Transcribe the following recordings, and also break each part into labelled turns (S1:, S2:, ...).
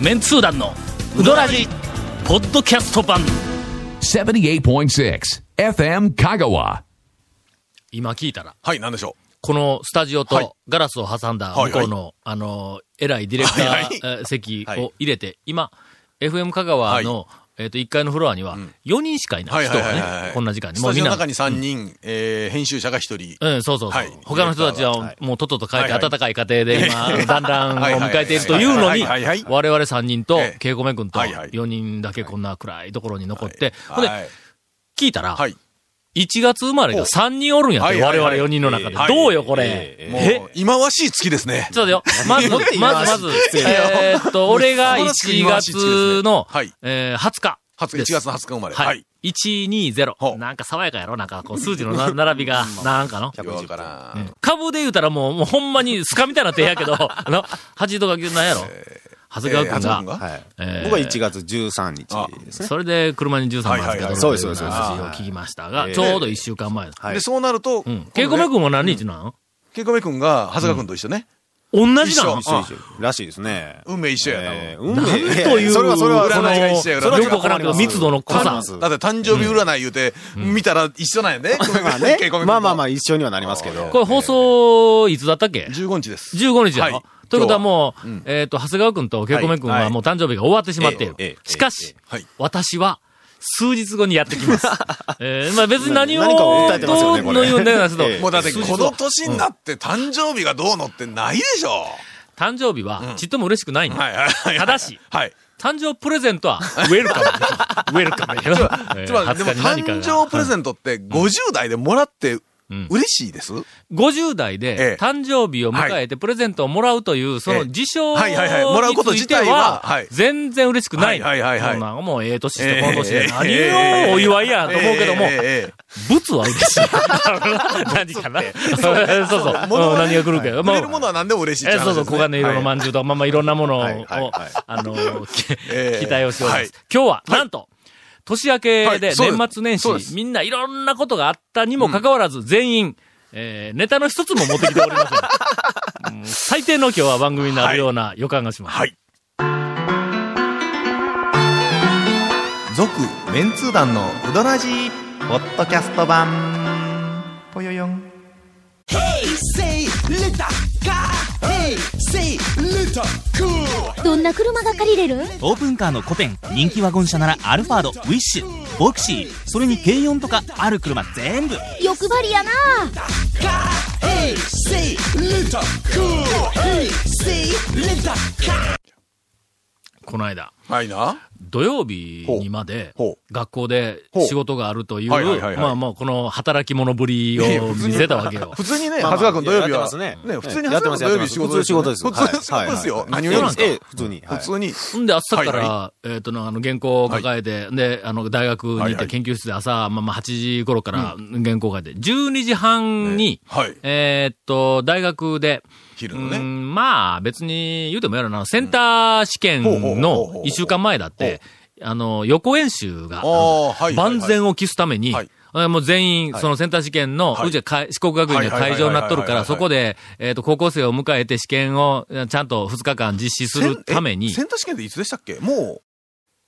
S1: メンツー団のウドラジポッドキャスト版
S2: 78.6 FM Kagawa.
S1: 今聞いたら
S3: はい、なんでしょ
S1: このスタジオ
S3: はい
S1: とガラスを挟んだ向こうの、あの、偉いディレクター、
S3: はいはい
S1: えー席
S3: はい。
S1: を入れて、今、FM 香川の、えっ、と、1階のフロアには、4人しかいうな
S3: はいい
S1: 人
S3: は
S1: が
S3: いはいはいは
S1: ね
S3: い。、
S1: こんな時間に。
S3: スタジオの中
S1: に。
S3: に3人、えー編集者が1人。
S1: うん、そうそうそう。
S3: はい
S1: 他の人たち
S3: ディレクターがは
S1: はいもうとっとと帰って
S3: はいはい
S1: 暖かい家庭 で今、だんだんを迎えているというのに、
S3: はいはいはいはいはいはいはい
S1: 我々3人と
S3: ええ、
S1: 稽古目君と
S3: はいはい
S1: 4人だけこんな暗いところに残っ
S3: は
S1: て
S3: い、
S1: ほんで、
S3: はい
S1: 聞いたら、
S3: はい。
S1: 1月生まれが3人おるんやって、
S3: はいはいは
S1: 我
S3: い
S1: 々4人の中で。
S3: はい
S1: どうよ、これ。
S3: もう、忌まわしい月ですね。
S1: そうだよ。まず、まず、まず、えーっと、俺が1月の
S3: はい、
S1: えー20日。
S3: 20日、1月の20日生まれ。
S1: は
S3: はいい。。
S1: 120
S3: ほ。う
S1: なんか爽やかやろなんか、こう、数字のな並びが、なんかの。
S3: よくわからん。
S1: 株で言うたらもう、もうほんまにスカみたいな手やけど、あの、8とか9なんやろ長谷川
S3: えー
S1: 君
S3: 長谷川
S1: が。
S4: はい。
S1: えー
S4: 僕は1月13日ですね。
S1: それで車に13万預けとる
S4: はいはいはいそうですそうです
S1: 話を聞きましたが、
S4: えー
S1: ちょうど1週間前。
S4: はい
S3: で、そうなると、
S1: うん。稽古目君も何日なの
S3: けいこめくんが、長谷川くんと一緒ね。
S1: 同じなの
S4: 一緒一緒らしいですね。
S3: 運命一緒やな。
S4: えー
S1: なんと
S4: 運命
S1: いう、
S4: それはそれ
S1: こ
S4: は、
S3: 占いが一緒や
S1: の
S3: 占いが一緒
S1: よくわからんけど、密度の濃
S4: 困り
S1: さ
S4: ま。す
S3: だって誕生日占い言うて、見たら一緒なんや ね。
S4: まあね
S3: けいこめくんと
S4: まあまあまあ一緒にはなりますけど。
S1: これ放送、いつだったっけ
S3: 15日です。
S1: ?15 日だ
S3: は
S1: ろ
S3: い
S1: ということはもう、
S3: 今日はうん
S1: えっ、と、長谷川君とケコメ君
S4: は
S1: はいもう誕生日が終わってしまっている。
S4: ええええええ
S1: しかし、
S3: はい
S1: 私は、数日後にやってき ます。えー、まあ別に何を、
S4: 何かを訴えてますよね
S1: どう
S4: これ
S1: の言うんだよなけど、
S4: ええ
S3: もうだって、
S1: 数日
S3: こ
S1: 後
S3: の年になって誕生日がどうのってないでしょ。
S1: 誕生日は、ちっとも嬉しくないんだ。
S3: はいはいはい。
S1: ただし
S3: はい。
S1: 誕生プレゼントは、ウェル カム。ウェルカムやろ。えー
S3: つまり、でも
S1: 20日に何か
S3: 誕
S1: が
S3: 生プレゼントって50代でもらって
S1: ん
S3: 嬉しいです、
S1: 50代
S3: え
S1: で
S3: え
S1: 誕生日を迎えてプレゼントをもらうという、そ
S3: え
S1: の
S3: え
S1: 事象につ
S3: はいはいはいもらうこと
S1: い
S3: 自
S1: て
S3: 体はは、
S1: はい全然嬉しくない。
S3: はいはいはいはい
S1: そんなんもうええ年してこの年
S3: え
S1: で
S3: え
S1: 何をお祝いやと思うけども
S3: え、えええ
S1: 物は嬉 しい。 何かな。 そうそう。
S3: 物は
S1: うん何が来るかよ。
S3: え
S1: ま
S3: 売
S1: あ
S3: れるものは何でも嬉しいっ
S1: え
S3: て
S1: え
S3: 話
S1: そうそう、
S3: です
S1: 黄金
S3: ね
S1: 色の
S3: は
S1: まんじゅうとか、まんまいろんなものを、
S4: はいはいはい
S1: あ の、き
S3: ええ
S1: 期待をしておりま
S3: はい
S1: す。今日は、なんと、年明け
S3: は
S1: で
S3: いそうです
S1: 年末年
S3: そうです
S1: 始、みんないろんなことがあったにもかかわらず、全員、えーネタの一つも持ってきておりませ ん。うん最低の今日は番組になるような予感がします。
S3: い。続、メンツー団のうどらじ
S5: ポッドキャスト版ぽよよん
S6: Say little car. Hey, say little cool.
S7: どんな車が借りれるん
S8: オープンカーの古典人気ワゴン車ならアルファードウィッシュボクシーそれに軽4とかある車全部
S7: 欲張りやな
S6: Car. Hey, say little cool. Hey, say little car.
S1: この間、
S3: はいな。
S1: 土曜日にまで
S3: ほ、
S1: 学校で
S3: ほう
S1: 仕事があるという、
S3: はいはいはいはい
S1: まあまあ、この働き者ぶり
S3: いや
S1: を
S3: 普通
S1: 見
S3: に
S1: せたわけ よ。
S3: 普通にね、
S4: ま
S3: 長
S4: あ
S3: 谷川君土曜日
S4: やって
S3: は
S4: ます、ね
S3: 普通に
S4: や
S3: 長
S4: ってま
S3: 谷川
S4: す
S3: 君土曜日仕
S4: やってます
S3: 事でしょ
S4: 普通に仕事です
S3: 普通に仕事ですよ。
S4: はい
S3: 何を言うんですか
S4: ええ普通にはい
S3: 普通に。
S1: んで、朝から、
S3: はい
S1: えっ、とな、あの、原稿を抱えて、で、あの、大学に行
S3: は
S1: っ
S3: いは
S1: て
S3: い
S1: 研究室で朝、まあまあ、8時頃から原稿を書いて、12時半に、
S3: はい。
S1: えーっと、大学で、
S3: 昼
S1: う
S3: のね。
S1: ん、まあ、別に言うてもやるな、センター試験
S3: ほうほうほうほう
S1: の
S3: ほう
S1: 1週間前だって、あの、予行演習が
S3: あ、あ、はい。
S1: 万
S3: はい
S1: 全を期すために、
S3: はい
S1: あもう全員、そのセンター試験の、
S3: はいう
S1: ちはか四国学院の会場になっとるか
S3: は
S1: ら、
S3: いはいはいはいはい
S1: そこで、えーっ、と、高校生を迎えて試験を、ちゃんと2日間実施するために
S3: せんえ、センター試験っていつでしたっけも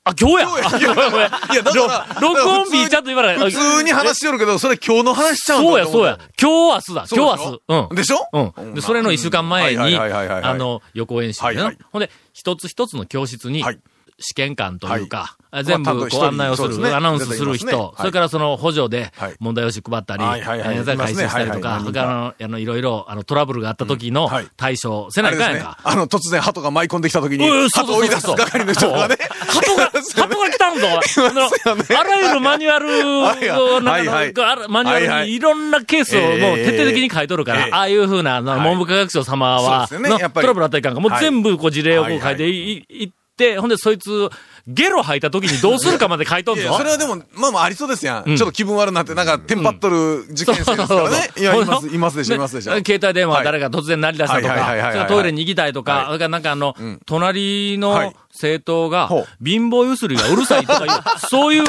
S1: あ、今日や
S3: 今日や
S1: あごめんごめん
S3: いやだから
S1: ろ録
S3: だから
S1: 音
S3: 普通
S1: 日
S3: に
S1: ちゃんと言わない。
S3: う、普通に話しよるけど、それ今日の話しちゃうんだ
S1: そうや、そうや。今日明日だ。
S3: そうでし
S1: 今
S3: ょ
S1: 日明日。うん。う
S3: でしょ
S1: ん。で、それの一週間前
S3: はい
S1: に、
S3: はいはいはいはい
S1: あの、予行演習でな、
S3: はいはい
S1: ほんで、一つ一つの教室に、
S3: はい
S1: 試験官というか、全
S3: まあ多
S1: 部
S3: 分一
S1: こう
S3: 人
S1: 案内をする、
S3: そうですね
S1: アナウンスする人、
S3: 出てきますねはい
S1: それからその補助で
S3: はい
S1: 問題用紙配ったり、
S3: はいはいはい
S1: えーそれから解
S3: いますね
S1: 説したりと
S3: はい
S1: か、
S3: はい
S1: それからあのあの、いろいろ、あの、トラブルがあった時の
S3: うんはい
S1: 対処せ
S3: あ
S1: な
S3: れ
S1: い
S3: で
S1: か
S3: す
S1: んやん
S3: ね
S1: か。。
S3: あの、突然鳩が舞い込んできた時に、
S1: うん
S3: 鳩を追い出す係の人がね。
S1: 鳩が、鳩が来たんぞあのあらゆるマニュアル
S3: はい
S1: の
S3: はいは
S1: 中
S3: い
S1: のあら、マニュ
S3: はい
S1: ア
S3: は
S1: ルに
S3: い
S1: いろんなケースをもう徹底的に書いとるか
S3: え
S1: ら
S3: ええ、え
S1: ああいうふうな、あの文部科学省様は、
S3: そうですよね
S1: の
S3: やっ
S1: ト
S3: ぱり
S1: ラブルあったりかんか、もう全部こう事例をこう書
S3: はいい
S1: ていいいって、ほんでそいつ、ゲロ吐いた時にどうするかまで書いとん
S3: い
S1: ぞ。
S3: や、それはでも、まあまあありそうですや
S1: う
S3: ん。
S1: ん
S3: ちょっと気分悪なって、なんか、テンパっとる受験生ですからね。いや、います、いますでしょ、いますでしょ。
S1: 携帯電話誰
S3: か。
S1: か突然鳴り出したと
S3: はいはいはいはい
S1: か、それか
S3: はい
S1: らトイレに行きたいと
S3: は
S1: か
S3: い、
S1: それからなんかあの
S3: ん、
S1: 隣の
S3: はい
S1: 政党が
S3: ほう、
S1: 貧乏ゆすりがうるさいとかいう、 そういう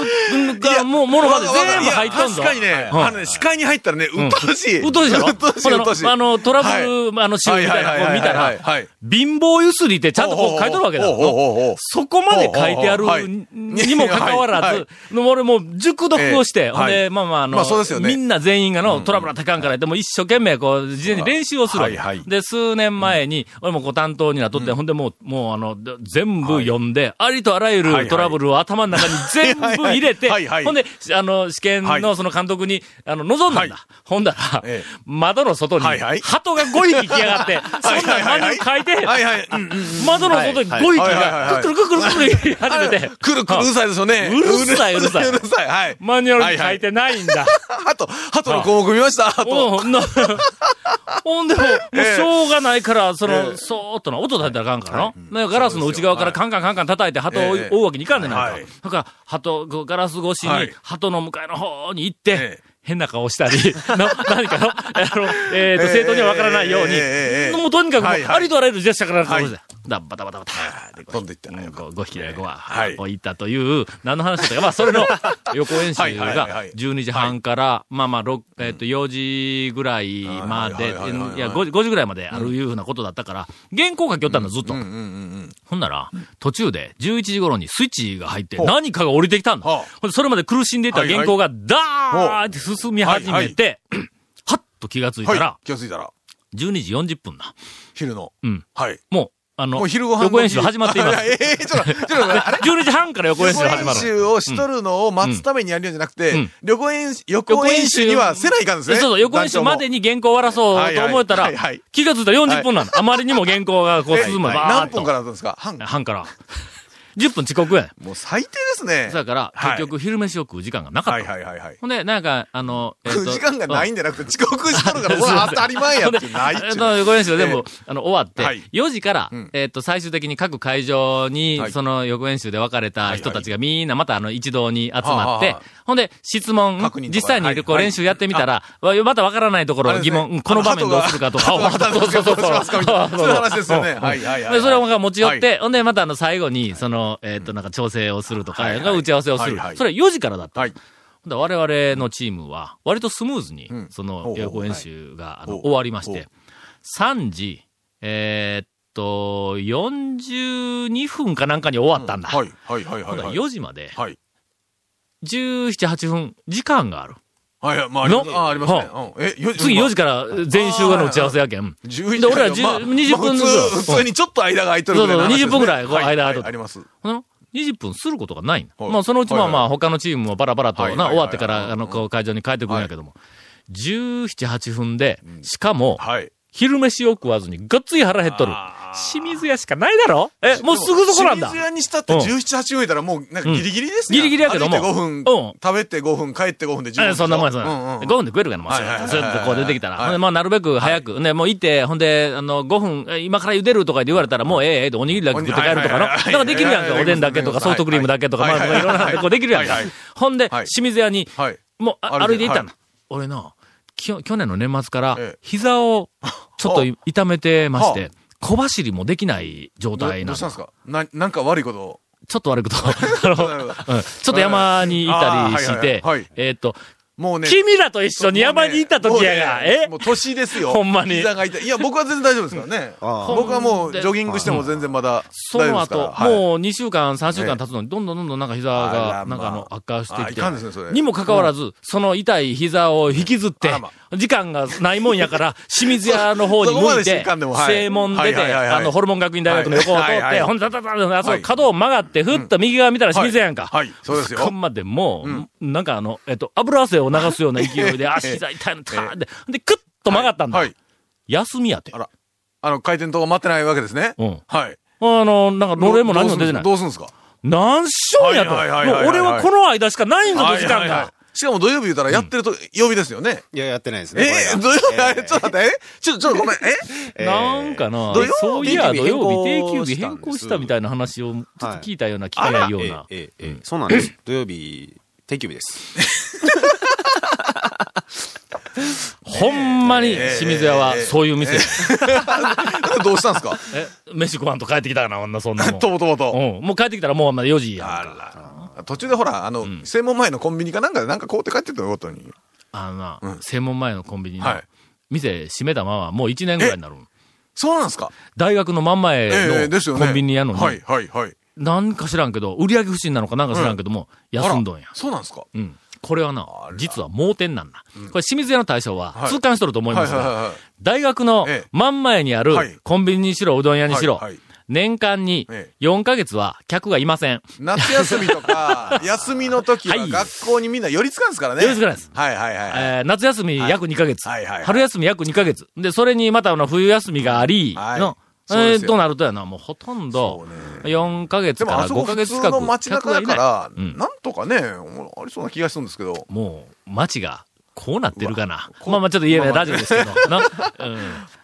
S1: がもうものまで全部入っとんぞ。
S3: いや確かにね、
S1: うん
S3: あのね、視界に入ったらね、うっとうしい。
S1: うっとうしいやろ
S3: うっとうしい、
S1: ほ
S3: う
S1: な
S3: っとうしい。
S1: あの、トラブ
S3: はい
S1: ル、あの、シールみたいなのを見た
S3: はいはいはいはいは
S1: ら
S3: い、
S1: 貧乏ゆすりってちゃんとこう書いとるわけだ
S3: おうおうおうおう
S1: そこまで書いてある
S3: はい
S1: にもかかわ
S3: は
S1: ら
S3: い
S1: ず、俺もう熟読をして、
S3: ええ
S1: ほん
S3: は
S1: で、
S3: い
S1: まあまあ、あ
S3: まあそうですよ
S1: の、
S3: ね
S1: みんな全員がの、トラブルは高んから言って、もう一生懸命こう、事前に練習をするわけ
S3: はいはい
S1: で、数年前に、俺もこう担当になっとって、ほんでもう、もうあの、全部読んで、ありとあらゆ
S3: はいは
S1: る
S3: い
S1: トラブルを頭の中に全部入れて
S3: はいは、い
S1: ほんで、あの、試験
S3: は
S1: の
S3: い
S1: その監督に、あの、望んだん
S3: は
S1: だ。ほんだら
S3: ええ、
S1: 窓の外に、
S3: はいはい
S1: 鳩が5匹来やがって、そんな真似書いて、
S3: はいはい。うんうん
S1: 窓の外に5匹
S3: はいはいはい
S1: が、
S3: はい
S1: くるくるくるくる言い始めて。
S3: くるくるうるさいですよね。
S1: うるさいううるさいう
S3: るさい。はい。
S1: マニュアルに書いてないんだ。
S3: ハト、ハトの項目見ましたハト。
S1: ほんなほんでもう、もう
S3: ええ
S1: しょうがないから、そ
S3: え
S1: の、
S3: え
S1: そーっとな、音立てたらあかんからな。ガラスの内側からカンカンカンカン叩いて、鳩を
S3: ええ
S1: 追うわけにいかんねんな
S3: は
S1: ん
S3: い
S1: か。だから、鳩、ガラス越し
S3: は
S1: に
S3: い、
S1: 鳩の向かいの方に行って
S3: ええ、
S1: 変な顔したり、 な何かの、あの、えっと、生徒にはわからないよう
S3: ええええええ
S1: に、もうとにかくもう、
S3: はいはい
S1: ありとあらゆるジェスチャーから
S3: はい
S1: こうですだ、バタバタバタ。
S3: 飛んでいった
S1: う
S3: ね
S1: ん、5匹で5
S3: は
S1: 羽
S3: い
S1: を行ったという、何の話だったか、まあ、それの予行演習
S3: はいはいはい
S1: が
S3: はい
S1: 12時半から、まあまあ、ろくえっと、4時ぐらいまで、
S3: はいはいはいはいはい
S1: いや5時、5時ぐらいまであるいうふうなことだったから、原稿書きよったんだ、ずっと。ほんなら、途中で11時頃にスイッチが入って、
S3: う
S1: 何かが降りてきたんだ。
S3: はあ
S1: ほんでそれまで苦しんでいた原稿が、ダーって進み始めて、はっと気がついたら
S3: は、い。気がついたら、
S1: 12時40分だ。
S3: 昼の。
S1: うん。
S3: はい。
S1: もう、あの、
S3: もう昼ご飯の時。
S1: 予行演習始まっています
S3: あ。やええちょっと、ちょっと、あれ
S1: 12時半から予行演習が始まる。
S3: 旅行演習をしとるのを待つためにやるんじゃなくて、
S1: うん
S3: 旅行演習、予行演習にはせないかんですね。
S1: そうそう、横演習まで
S3: に。
S1: に原稿を終わらそうと思ったら
S3: はいはいはいはい、
S1: 気がついたら40分なの。あまりにも原稿がこう
S3: え
S1: 進むの。バー
S3: 何
S1: っと
S3: 分からだったんですか半。
S1: 半 から。10分遅刻やね
S3: もう最低ですね
S1: ん。。だから、
S3: はい
S1: 結局昼飯を食う時間がなか
S3: は
S1: っ
S3: い
S1: た。
S3: はいはいはい。
S1: ほんで、なんか、あの、えっと
S3: 時間がないんじゃなくて遅刻しとるから、
S1: うん
S3: これは当たり前やってないっ
S1: ほんで
S3: ちゅ
S1: え
S3: う
S1: っと、予行演習でも、あの、終わって
S3: はい、
S1: 4時から
S3: ん、
S1: えっと、最終的に各会場に
S3: は、い
S1: その予行演習で別れた人たちがみんなまたあの、一堂に集まっ
S3: はあ
S1: て
S3: はあ、
S1: ほんで、質問
S3: 確認、とか
S1: 実際にこう
S3: はい
S1: 練習やってみたら、わまたわからないとこ
S3: あ
S1: ろ
S3: れです
S1: 疑
S3: ね
S1: 問、うんこの場面どうするかとか、
S3: あの鳩が
S1: そう そうそう
S3: 鳩がどうしますかみたいなそういう話ですよね
S1: うんうん
S3: はいはいはい
S1: でそれを僕が持ち寄っ
S3: は
S1: て、ほんで、またあの、最後に、その、えっと、なんか調整をすると
S3: は
S1: か、
S3: いはい
S1: 打ち合わせをする
S3: はいは。い
S1: それ4時からだった。
S3: はい。
S1: で我々のチームは、割とスムーズに
S3: ん、
S1: そ
S3: ほ
S1: の
S3: う、ほう
S1: 予行演習が、あ
S3: ほ
S1: の、
S3: う
S1: 終わりまし
S3: ほ
S1: て
S3: う、
S1: 3時、えーっと、42分かなんかに終わったんだ。
S3: はいはいはいはいはい。
S1: 4時まで、
S3: はい。
S1: 17、8分、時間がある。
S3: はいはい、まあ、あります
S1: の
S3: あありますね。うんえ、よ
S1: 次4時から全集がの打ち合わせやけん。
S3: 11
S1: で俺ら
S3: 時
S1: 10
S3: まあ
S1: 20分ずつ
S3: まあ普通普通にちょっと間が空いてるぐらいの話ですね
S1: そうそう20分ぐらいこう
S3: は
S1: 間
S3: は
S1: 空いとる
S3: あります。
S1: うん20分することがないんだ
S3: はい
S1: まあ、そのうちまあ
S3: はいはい
S1: まあ、他のチームもバラバラと
S3: はい
S1: な、
S3: はいは
S1: 終わ
S3: い
S1: ってか
S3: う
S1: ら、
S3: ん
S1: あの、こう、会場に帰ってくるんやけども。17、8分で、しかも、
S3: はい。
S1: 昼飯を食わずに、がっつり腹減っとる
S3: あ。ー
S1: 清水屋しかないだろえ、もうすぐそこなんだ
S3: 清水。屋にしたって
S1: うん
S3: 17、8分いたらもう、なんかギリギリです
S1: うんギリギリやけども
S3: 歩いて5分、
S1: うん
S3: 食べて5分、帰って5分で10
S1: え
S3: 分。
S1: そんなもんや、そんな
S3: う
S1: もん
S3: んう
S1: 5
S3: ん
S1: 分で食えるから、もう、
S3: は
S1: ず
S3: いはいはいはい
S1: っとこう出てきたら。
S3: はい
S1: ほんで、まあ、なるべく早く、ね、もう行って、ほんで、あの、5分、え今から茹でるとか言われたら、もう、ええ、ええ、おにぎりだけ食って帰るとかの。
S3: はいはいはいはい
S1: なんかできるやんか、
S3: はいはいはい
S1: おでんだけとか、ソフトクリームだけとか、まあ、
S3: はいいはい
S1: ろんな、こうできるやんか
S3: はいはい。
S1: ほんで、
S3: はい
S1: 清水屋に、
S3: はい。
S1: もう、あ歩
S3: 歩
S1: い
S3: い
S1: て
S3: て
S1: 行ったんだ
S3: は。
S1: 俺な、きょ去年の年末から
S3: ええ、
S1: 膝 を、ちょっとい痛めてまし
S3: は
S1: て、小走りもできない状
S3: ど
S1: 態
S3: ど
S1: な
S3: うんしたんで
S1: だ
S3: す。かな、なんか悪いこと を。
S1: ちょっと悪くと、あの、
S3: なるほ
S1: うんちょっと山にいたりし
S3: はい
S1: て
S3: はいはいはい、
S1: えーっと、
S3: もうね。
S1: 君らと一緒に山に行った時やが、
S3: もうね
S1: え
S3: もう年ですよ。
S1: ほんまに
S3: 膝が痛い。いや、僕は全然大丈夫ですからね。
S4: ああ
S3: 僕はもう、ジョギングしても全然まだ、
S1: そ
S3: 大丈
S1: の
S3: 夫ですから。
S1: 後、
S3: はい
S1: もう2週間、3週間経つのに、どんどんどんどんなんか膝
S3: あ
S1: が、
S3: ら
S1: なんかあの
S3: ま、
S1: 悪化してきて
S3: あいかんですねそ、れ
S1: にもかかわらず、その痛い膝を引きずって
S3: あらま、
S1: 時間がないもんやから、清水屋の方に
S3: そこま
S1: 向い
S3: で
S1: て
S3: しかんでも、はい
S1: 正門出
S3: はい
S1: て、
S3: はいはいはい
S1: あの、ホルモン学院大学の横を通
S3: はい
S1: っ
S3: は
S1: て、
S3: い
S1: ほんで、たたたあそ
S3: は
S1: う
S3: い
S1: 角を曲がって、ふっと右側見たら清水屋やんか。
S3: はいはいそうですよ
S1: ここまでもう、なんかあの、えっと、油汗を流すような勢い で、あ、
S3: ええ
S1: 膝痛いの、たーって、で、クッと曲がったんだ
S3: はい。。
S1: 休みやて
S3: あ。ら。あの、回転灯が待ってないわけですね。
S1: うん
S3: はい。
S1: あの、なんか、のれんも何も出てない。
S3: どうすんですか
S1: 何しようやと。も
S3: はいはいはいはいう
S1: 俺はこの間しかないんだと時間
S3: はいはいは
S1: が
S3: い。しかも土曜日言うたらやってると、曜日ですよね。
S4: いや、やってないですね。
S3: え
S4: こ
S3: 土
S4: れ
S3: 曜日、
S4: が
S3: あれちょっと待って、えちょっと、ちょっとごめん、え
S4: えー
S1: なんかな
S3: 土曜日、
S1: そういや、
S4: 定
S1: 土
S4: 休日
S1: 曜日、
S4: 変
S1: 定休
S4: 更
S1: 日
S4: したん
S1: 変
S4: です
S1: 更したみたいな話を、ちょっと聞いたような、聞か
S4: あ
S1: な
S4: ら
S1: いような。
S4: ええええええそうなんです。土曜日、定休日です。
S1: ほんまに、清水屋は、そういう店。
S3: どうしたんすか
S1: え、飯食わんと帰ってきたかな、女、そんなもん。
S3: ともともと。
S1: うん。もう帰ってきたらもうまだ4時やんか。
S3: あら。途中でほら、あの、正門前のコンビニかなんかでなんか買うて帰ってたよ、ことに。
S1: あのな、正門前のコンビニの、
S3: はい
S1: 店閉めたままもう1年ぐらいになるん
S3: そうなんすか
S1: 大学の真ん前
S3: ええ、です
S1: の
S3: よね。
S1: コンビニやのに、
S3: はい、はい、はい。
S1: なんか知らんけど、売り上げ不振なのかなんか知らんけども、休んどんや
S3: あら。そうなんすか
S1: うん。これはな、実は盲点なんだ。これ清水屋の大将は
S3: はい
S1: 痛感しとると思い
S3: はい、は
S1: ま
S3: い、
S1: す
S3: はい
S1: が、
S3: はい。
S1: 大学の
S3: ええ
S1: 真ん前にあ
S3: はい
S1: るコンビニにしろ、うどん屋にしろ
S3: はいはい、
S1: 年間に
S3: ええ
S1: 4ヶ月は客がいません。
S3: 夏休み とか、休みの時
S1: は
S3: はい学校にみんな寄りつかんすからね。
S1: 寄りつかないです
S3: はいはいはい。
S1: えー夏休み約2ヶ月。
S3: はいはいはい
S1: 春休み約2ヶ月。で、それにまたあの冬休みがあり、
S3: はい
S1: の、え
S3: そうです
S1: ー、
S3: よ
S1: となるとやな、もうほとんど、4ヶ月
S3: で
S1: か
S3: もあ
S1: ら
S3: そこ
S1: 5
S3: 普
S1: ヶ月
S3: 通
S1: 近
S3: の
S1: く
S3: 街
S1: 客
S3: 中
S1: が
S3: だ
S1: いない。
S3: から、
S1: うん
S3: なんとかね、ありそうな気がするんですけど。
S1: もう、街が、こうなってるかな。まあまあちょっと言えないラジオですけど、 な。うん。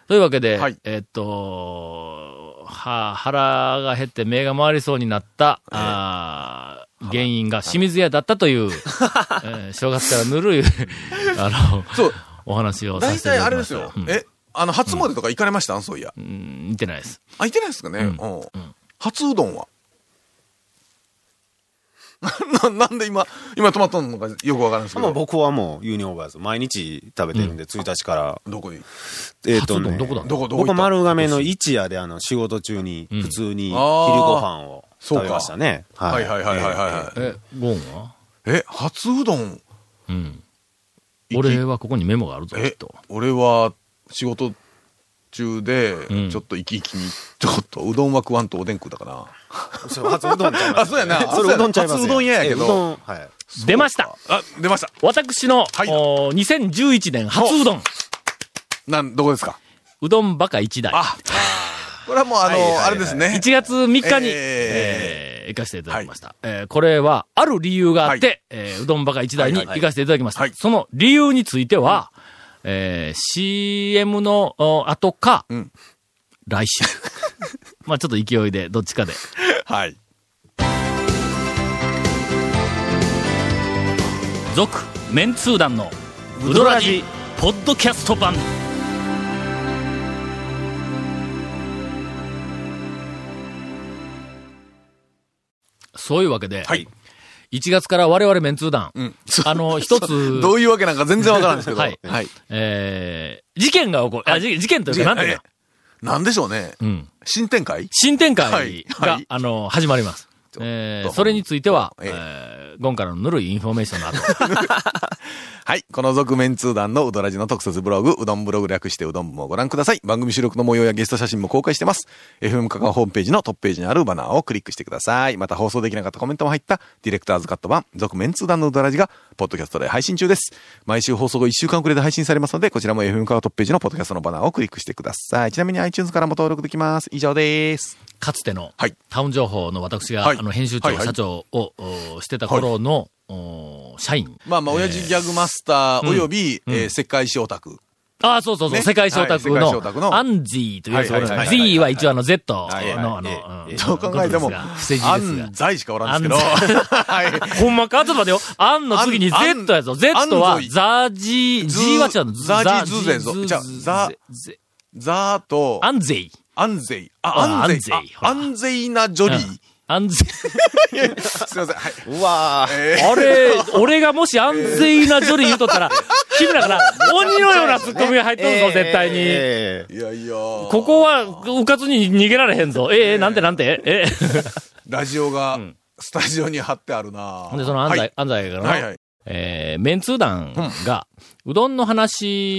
S1: というわけで、
S3: はい
S1: えーっと、は、腹が減って目が回りそうになった、あー原因が清水屋だったという、えー正月からぬ るい、あの、
S3: そう、
S1: お話をさ
S3: 大
S1: せていただ
S3: 体あ
S1: き
S3: れ
S1: ま
S3: で
S1: し
S3: す
S1: た。
S3: よ。
S1: うん
S3: え、あの、初詣とか行かれましたそういや。
S1: うん、見てないです。
S3: あ、行ってないですかね。
S1: う
S3: うん。初うどんは ななんで今、今止まったのかよくわからんですけ
S4: まあ
S3: ど。
S4: 僕はもう、ユニオーバーズ、毎日食べてるんで、1日から、
S3: どこに
S4: えっ
S1: 初丼どこだ
S3: どこどこ行っ
S4: 僕
S3: た
S4: は丸亀の一夜で、あの、仕事中に、
S1: うん
S4: 普通に、昼
S3: あー
S4: ご飯を
S3: そうか
S4: 食べましたね。
S3: はいはいはいはい
S4: ええ
S3: はい。
S1: え、ゴーンは
S3: え、初うどん
S1: うん。
S3: 行き
S1: 俺はここにメモがあるぞ、きっ
S3: え
S1: と。、
S3: 俺は仕事中で
S1: ん、
S3: ちょっと生き生きに、ちょっとうどんは食わんとおでん食うたかな。
S4: それ初うどんちゃいます。
S3: あそうやな
S4: それうどんちゃいます。
S3: 初うどんややけど
S4: ええうどんはい。
S1: 出ました
S3: あ、出ました。
S1: 私の、
S3: はい
S1: おー2011年初うどん。
S3: なん、どこですか
S1: うどんバカ一台。
S3: あ、これはもうあ
S4: はいはいはい
S3: の、あれで すね。
S1: 1月3日に、
S3: えー
S1: えー行かせていただきました。えーこれは、ある理由があって、
S3: はい
S1: えーうどんバカ一台に
S4: はいはい
S1: 行かせていただきました。
S3: はい
S1: その理由については、えー CM のお後か、
S3: ん
S1: 来週。まあちょっと勢いで、どっちかで。
S3: はい。
S1: 続メンツー団のウドラジポッドキャスト版そういうわけで、
S3: はい。
S1: 1月から我々メンツー団、
S3: うん。
S1: あ の、一つ、
S3: どういうわけなんか全然わからんですけど。
S1: はい
S3: はい。
S1: えー、事件が起こる、あ、事事件というか、なんていうの
S3: なんでしょうね。
S1: うん。
S3: 新展開
S1: 新展開が、
S3: はいはい
S1: あの、始まります。
S3: ど
S1: えー、
S3: どうも
S1: それについては、
S3: ええ
S1: えー、ゴンからのぬるいインフォメーションの後。
S3: はい。この続面通談のうどらじの特設ブログ、うどんブログ略してうどん部もご覧ください。番組収録の模様やゲスト写真も公開してます。FM カカオホームページのトップページにあるバナーをクリックしてください。また放送できなかったコメントも入ったディレクターズカット版、続面通談のうどらじが、ポッドキャストで配信中です。毎週放送後1週間くらいで配信されますので、こちらも FM カカオトップページのポッドキャストのバナーをクリックしてください。ちなみに iTunes からも登録できます。以上です。
S1: かつての、
S3: はい
S1: タウン情報の私が、
S3: はい
S1: あの編集長、
S3: はいはい
S1: 社長をおしてた頃の、お社員。
S3: まあまあ、親父ギャグマスターおよび、
S1: ん
S3: えー、世界史オタク。
S1: ああ、そうそうそう、
S3: ね
S1: 世界小卓
S3: はい世
S1: の
S3: 界、小卓の
S1: アンジーというやつがおるん
S3: は
S1: で
S3: いはい
S1: す
S3: はいはい
S1: Z は一応あの Z の、
S4: はいはい
S1: あの、
S4: ええええ
S1: ん
S3: どう考えて
S1: ことです
S3: も、
S1: が
S3: あ
S1: 不正字
S3: ん
S1: ですが。
S3: ざいしかおらんですけど。
S1: 安
S3: はい。
S1: ほんまかちょっと待ってよ。アンの次に
S3: あん
S1: Z やぞ。Z
S3: あ
S1: は
S3: んぞい
S1: ザジー、
S3: ず
S1: G は違うの。
S3: ザジズーゼンぞ
S1: ズ
S3: じゃあ
S1: ズ
S3: ザ
S1: ゼ
S3: ザーと、
S1: アンゼイ。
S3: アンゼイ。
S1: あ
S3: あ、アンゼイ
S1: アンゼイ。
S3: あアンゼイなジョリー。
S1: うんアンゼイ。
S3: すいません。はい。
S4: うわー。
S3: えー
S1: あ れ、俺がもし安全なジョリー言うとったら、君らから鬼のようなツッコミが入っとるぞ、絶対に。
S4: ええ
S3: いやいや
S1: ここは、うかつに逃げられへんぞ。ええなんてなんて、ええ
S3: ラジオが、スタジオに貼ってあるな
S1: ほんで、その安西、
S3: はい
S1: 安西からの、
S3: はいはい。
S1: えーメンツー団が、うどんの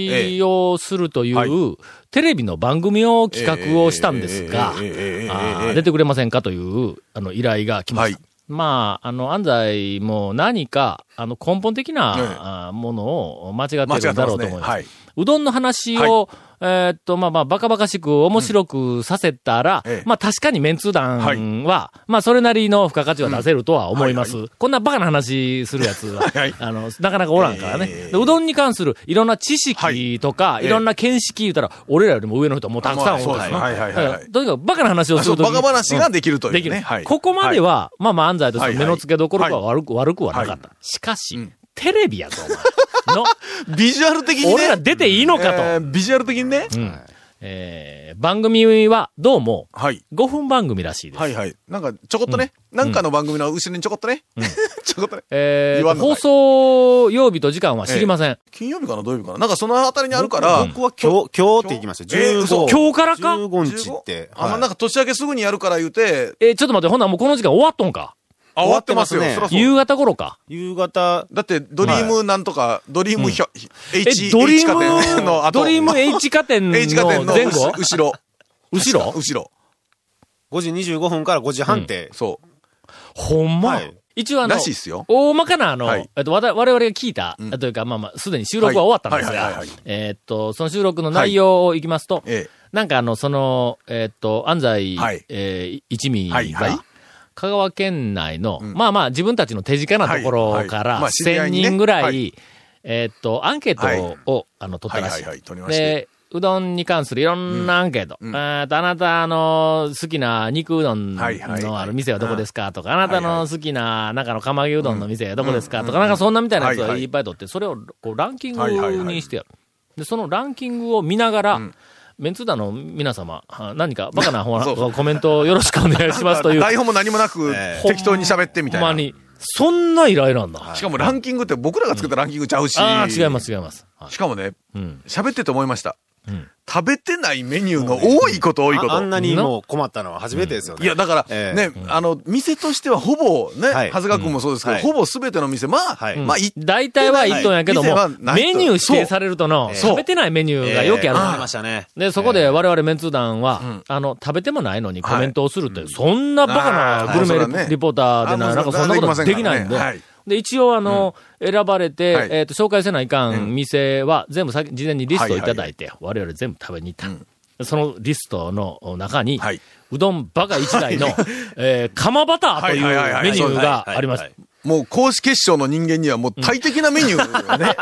S1: 話をするという、
S3: は
S1: テレビの番組を企画をしたんですが、
S3: えーえーえーえーえー
S1: あ
S3: え
S1: ー
S3: ー
S1: 出てくれませんかという、あの、依頼が来ました。
S3: は
S1: まあ、あの、安西も何か、あの、根本的な、
S3: ええ
S1: あものを間違って
S3: 間違
S1: る
S3: っ
S1: ん
S3: て
S1: だろ
S3: ます
S1: うと
S3: ね。
S1: 思います。
S3: はい。
S1: うどんの話を、えーっと、まあまあ、バカバカしく面白くさせたら、
S3: うんええ
S1: まあ確かにメンツ団は、まあそれなりの付加価値は出せるとは思います。こんなバカな話するやつは、
S3: はい
S1: あの、なかなかおらんからね、でうどんに関するいろんな知識とか、
S3: いええ
S1: いろんな見識言うたら、俺らよりも上の人もたくさんおるから、
S3: まあそうですねはいはいはい
S1: だか
S3: はい
S1: らとにかくバカな話を
S3: あ
S1: す
S3: そう、
S1: るとき
S3: バカ話ができるというね。
S1: できる。
S3: はい。
S1: ここまでは、まあまあ安西としての目の付けどころ
S3: は
S1: が
S3: い
S1: 悪く、悪くはなかった。しかし、テレビやぞ、お前の、
S3: はい、ビジュアル的にね。
S1: 俺ら出ていいのかと。
S3: えービジュアル的にね。
S1: うんえー番組はどうも
S3: はい。
S1: 5分番組らしいです。
S3: はいはい。なんか、ちょこっとね、なんかの番組の後ろにちょこっとね。 ちょこっとね。
S1: えー
S3: 言わんのか
S1: 放
S3: い
S1: 送曜日と時間は知りません。
S3: 金曜日かな土曜日かななんかそのあたりにあるから。
S4: 僕は今日、今日って言きました。
S3: えー嘘
S4: 15。
S1: 今日からか
S4: 15
S3: 15
S4: 日って。
S3: あ、まあなんか年明けすぐにやるから言うて、
S1: えーちょっと待って、ほんならもうこの時間終わっとんか
S3: あ終わってますよ。
S4: 終わって
S3: そ
S4: ま
S3: ら
S4: す
S3: そう
S1: 夕方頃か
S4: 夕方、
S3: だって、ドリームなんとか、ドリームひょ、
S1: え
S3: H、、
S1: ドリ
S3: H 加
S1: ー
S3: 点の
S1: ム、
S3: 後。
S1: ドリーム H 加点 の
S3: H 加点の
S1: 前後
S3: 後ろ。
S1: 後ろ
S3: 後ろ。
S4: 5時25分から5時半って。
S3: そ
S1: ほんま、
S4: はい
S1: 一応あの、
S3: らしいっすよ
S1: 大まかなあの、
S3: はい
S1: えっと、わた我々が聞いた、
S3: ん
S1: というか、まあまあ、すでに収録は終わったんです
S3: はいはい
S1: が
S3: はいはい、
S1: えーっと、その収録の内容をいきますと、
S3: う。え
S1: なんかあの、その、えーっと、安西、
S3: はい
S1: えー一味が、
S3: はいはい
S1: 香川県内の、まあまあ自分たちの手近なところか
S3: はいはい
S1: ら、
S3: まあ知り合
S1: 1000
S3: いにね
S1: 人ぐらい、
S3: はい
S1: えーっと、アンケートを、
S3: はい
S1: あの、
S3: え。
S1: 取った
S3: はい
S1: ら
S3: は
S1: しい。
S3: いはい。取りまして。
S1: で、うどんに関するいろんなアンケート。
S3: ん
S1: えーとあなたの好きな肉うどん
S3: はいはい
S1: のある店はどこですかとか、あなた
S3: はいは
S1: の好きな中の釜揚げうどんの店はどこですかとか、なんかそんなみたいなやつ
S3: はい
S1: を
S3: はい
S1: いっぱい取って、それをこうランキング
S3: はいはいはい
S1: にしてやる。で、そのランキングを見ながら、メンツーダの皆様、あ何かバカなほら
S3: そ
S1: コメントをよろしくお願いしますという。
S3: 台本も何もなく
S4: え、
S3: 適当に喋ってみたい
S1: ほんま
S3: な。
S1: に、そんな依頼なんだ。
S3: しかもランキングって僕らが作ったランキングちゃうし。
S1: ああ、違います、違います。はい
S3: しかもね、
S1: うん。
S3: 喋ってて思いました
S1: うん。
S3: 食べてないメニューが多いこと多いこ
S4: ああん
S3: と。
S4: なにもう困ったのは初めてですよね。
S3: いや、だか
S4: え
S3: ら、
S4: え
S3: ね、あの、店としてはほぼ、ね、
S4: はい
S3: 長谷川君もそうですけど、
S4: うん
S3: ほぼ全ての店、まあ
S4: は、い
S3: まあ、い
S1: 大体は一トンやけども
S3: はい店は、ない
S1: メ
S3: と
S1: ニュー指定されるとの、
S4: そう
S1: 食べてないメニューがよくある
S4: えー
S1: の
S4: ありましたね。
S1: で、そこで我々メンツー団は、あの、食べてもないのにコメントをするという、そんなバカなグルメ
S3: あ
S1: リ,、
S3: ーそうだね
S1: ポーターでな、
S3: あー
S1: なんかそんなことできないんで。
S3: できませんからねはい
S1: で、一応あの、選ばれて、
S3: はい
S1: えっ、と、紹介せないか
S3: うんん
S1: 店は、全部先事前にリストをいただいて、我々全部食べに行った。そのリストの中に、
S3: はいう
S1: どんバカ1台の、 えー、釜バターとい
S3: はいはいは
S1: う
S3: い
S1: メニューがありま
S4: は
S1: す
S4: い。
S3: もう公式決勝の人間にはもう大敵なメニューが ね、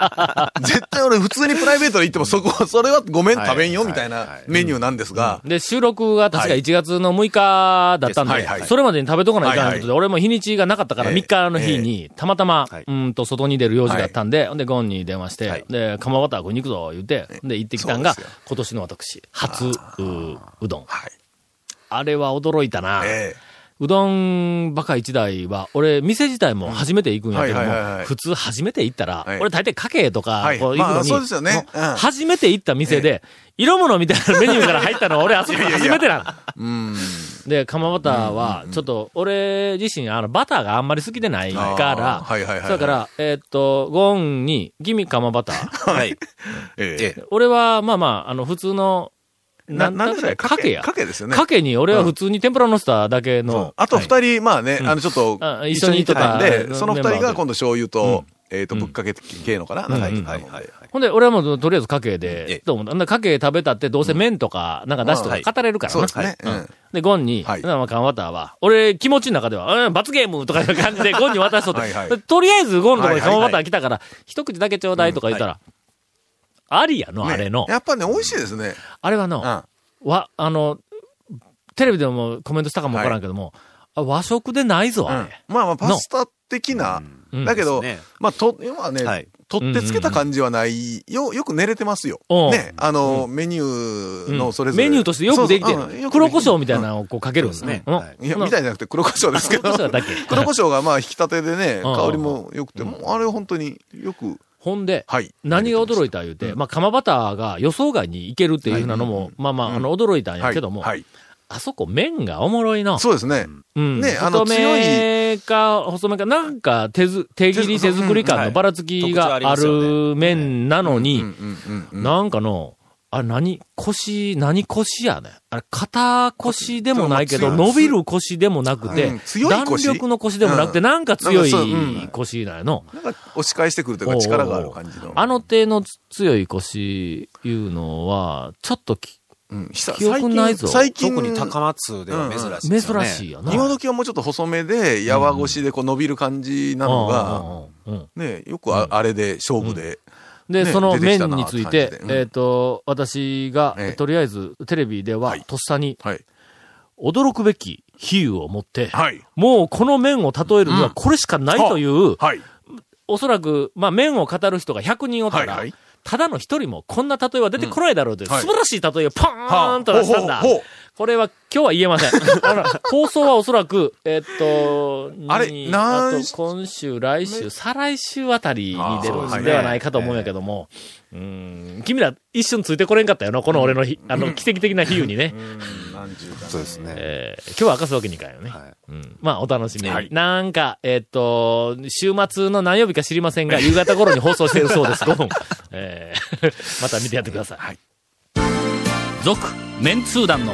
S3: 絶対俺普通にプライベートで行ってもそこ、それはごめん
S4: はい
S3: 食べんよ
S4: はい
S3: みたいな
S4: はい
S3: メニューなんですが、
S1: で、収録が確か
S3: はい
S1: 1月の6日だったんで、
S3: はいはい
S1: それまでに食べとかないかんということ
S3: はい
S1: で、俺も日にちがなかったから、
S3: ええ
S1: 3日の日に、たまたま、
S4: はいう
S1: ーんと、外に出る用事があったんで、ほんで、ゴンに電話して、
S4: はい
S1: で、釜バター食いに行くぞ、言って、で、行ってきたんが
S3: そうですよ、
S1: 今年の私、初、うーうどん。
S3: はい。
S1: あれは驚いたな。
S3: え
S1: うどんばか一台は、俺、店自体も初めて行くんやけど
S3: はいはいはいは
S1: も、
S3: い
S1: 普通初めて行ったら、
S3: はい
S1: 俺大体家計とか
S3: は、い
S1: こう行く
S3: ま
S1: の
S3: あ
S1: に、
S3: そうですよね
S1: もう
S3: うん
S1: 初めて行った店で、色物みたいなメニューから入ったのは俺、あそこが初めてなの。
S3: えうん。
S1: で、釜バターは、ちょっと、俺自身、あの、バターがあんまり好きでないから、
S3: あーはいはいはいはい
S1: だから、えーっと、ゴンに、ギミ釜バター。
S4: はい。
S3: ええ。
S1: 俺は、まあまあ、あの、普通の、
S3: な、
S1: だ
S3: なんでしょう
S1: かけや。
S3: かけですよね。
S1: かけに、俺は普通に天ぷら乗せただけ
S3: そう
S1: の。
S3: あと
S1: はい
S3: 二人、まあね、あの、ちょっと
S1: あ、
S3: 一緒に行ってたん
S1: 一緒に行って
S3: で、
S1: た
S3: その二
S1: メン
S3: 人
S1: バー
S3: が
S1: で
S3: 今度醤油と、えっと、ぶっかけ系のかななんか
S1: うん
S3: 行って
S4: は
S3: た
S4: い
S3: もん
S4: はいはい
S3: で。。
S1: ほんで、俺はもう、とりあえずかけ
S4: え
S1: で
S4: え、
S1: と思った。んで、かけ食べたって、どうせ麺とか、なんか出汁
S3: まあ
S1: とか語れるからな。
S3: そうですね。う
S1: はい
S3: ん。
S1: で、ゴンに、
S3: はい
S1: まあ、カンワターは、俺、気持ちの中では、うん、罰ゲームとかいう 感じでゴンに渡しとって、
S3: はいはい
S1: でとりあえずゴンのとこに
S3: はいは
S1: カ
S3: い
S1: ンワター来たから、一口だけちょうだいとか言ったら、ありやの、あれの
S3: ね。やっぱね、美味しいですね。
S1: あれはの、
S3: うん。
S1: わ、あの、テレビでもコメントしたかもわからんけども、あ和食でないぞ、あれ。
S3: まあまあ、パスタ的な、
S1: うん
S3: だけど、
S4: ですね
S3: まあ、と、要はね、
S4: はい
S3: 取ってつけた感じはない、よ、よく寝れてますよ。
S1: うん
S3: ね、あの、メニューのそれぞれ。
S1: メニューとしてよくできてる
S3: そうそううんよくできてる
S1: 黒胡椒みたいなのをこうかけるんです
S4: そう
S1: ね
S4: ですね。
S1: うん
S4: はい
S3: いや、みたいじゃなくて黒胡椒ですけど。
S1: 黒胡椒だけ
S3: 黒胡椒がまあ、引き立てでね、
S1: うん
S3: 香りも良くて、もうあれ本当によく、
S1: ほんで、
S3: はい。
S1: 何が驚いた言うて、まあ、釜バターが予想外にいけるっていうふうなのも、まあまあ、あの、驚いたんやけども、
S3: はい。はい
S1: あそこ麺がおもろいな。
S3: そうですね。
S1: うん。
S3: ねあの
S1: 太めか、細めか、なんか手ず、手切り手作り感のばらつきがある麺なのに、
S3: うんうんうん。
S1: なんかの、あれ何腰、何腰やね。あれ、肩腰でもないけど、
S3: そう
S1: 伸びる腰でもなくて、
S3: うん強い腰
S1: 弾力の腰でもなくて、
S3: うん
S1: なんか強い
S3: なんかそううん
S1: 腰なんやの。
S3: なんか押し返してくるというか力がある感じ
S1: おう
S3: の
S1: おう。あの手の強い腰いうのは、ちょっとき
S3: うん、久
S1: 記憶ないぞ
S3: 最近
S4: 特に高松では珍しい
S1: 珍
S4: ですよね。
S1: しいよな。
S3: 今時はもうちょっと細めで、やわ腰でこう伸びる感じなのが、
S1: うんうんうんうん
S3: ね、よくああれで勝負で、
S1: で、
S3: ね
S1: その
S3: 出てき
S1: 面
S3: たな
S1: について、
S3: って感じでうん
S1: えっ、と、私が、
S3: ええ
S1: とりあえずテレビでは、
S3: はい
S1: とっさに、
S3: はい。
S1: 驚くべき比喩を持って、
S3: はい。
S1: もうこの面を例えるにはこれしかないという、
S3: はい。
S1: おそらく、まあ、面を語る人が100人おったら、
S3: はいはい
S1: ただの一人もこんな例えは出てこないだろうという、
S3: うんはい
S1: 素晴らしい例えをポーンと
S3: はあ
S1: 出したんだ。
S3: ほうほうほう
S1: これは今日は言えません。 あの放送はおそらく、えっと、
S3: あれ
S1: に
S3: 何
S1: あと今週、来週、再来週あたりに出る
S3: あー
S1: んではないかと思うんやけども、うん、君ら一瞬ついてこれんかったよな、この俺のひ、あの、奇跡的な比喩にね。
S4: そうですね。
S1: えー今日は明かすわけにいかんよね。
S4: はい
S1: うん、まあ、お楽しみに。
S3: はい
S1: なんか、えーっと、週末の何曜日か知りませんが、夕方頃に放送しているそうです。5分。えー また見てやってください。
S9: 続メンツー団の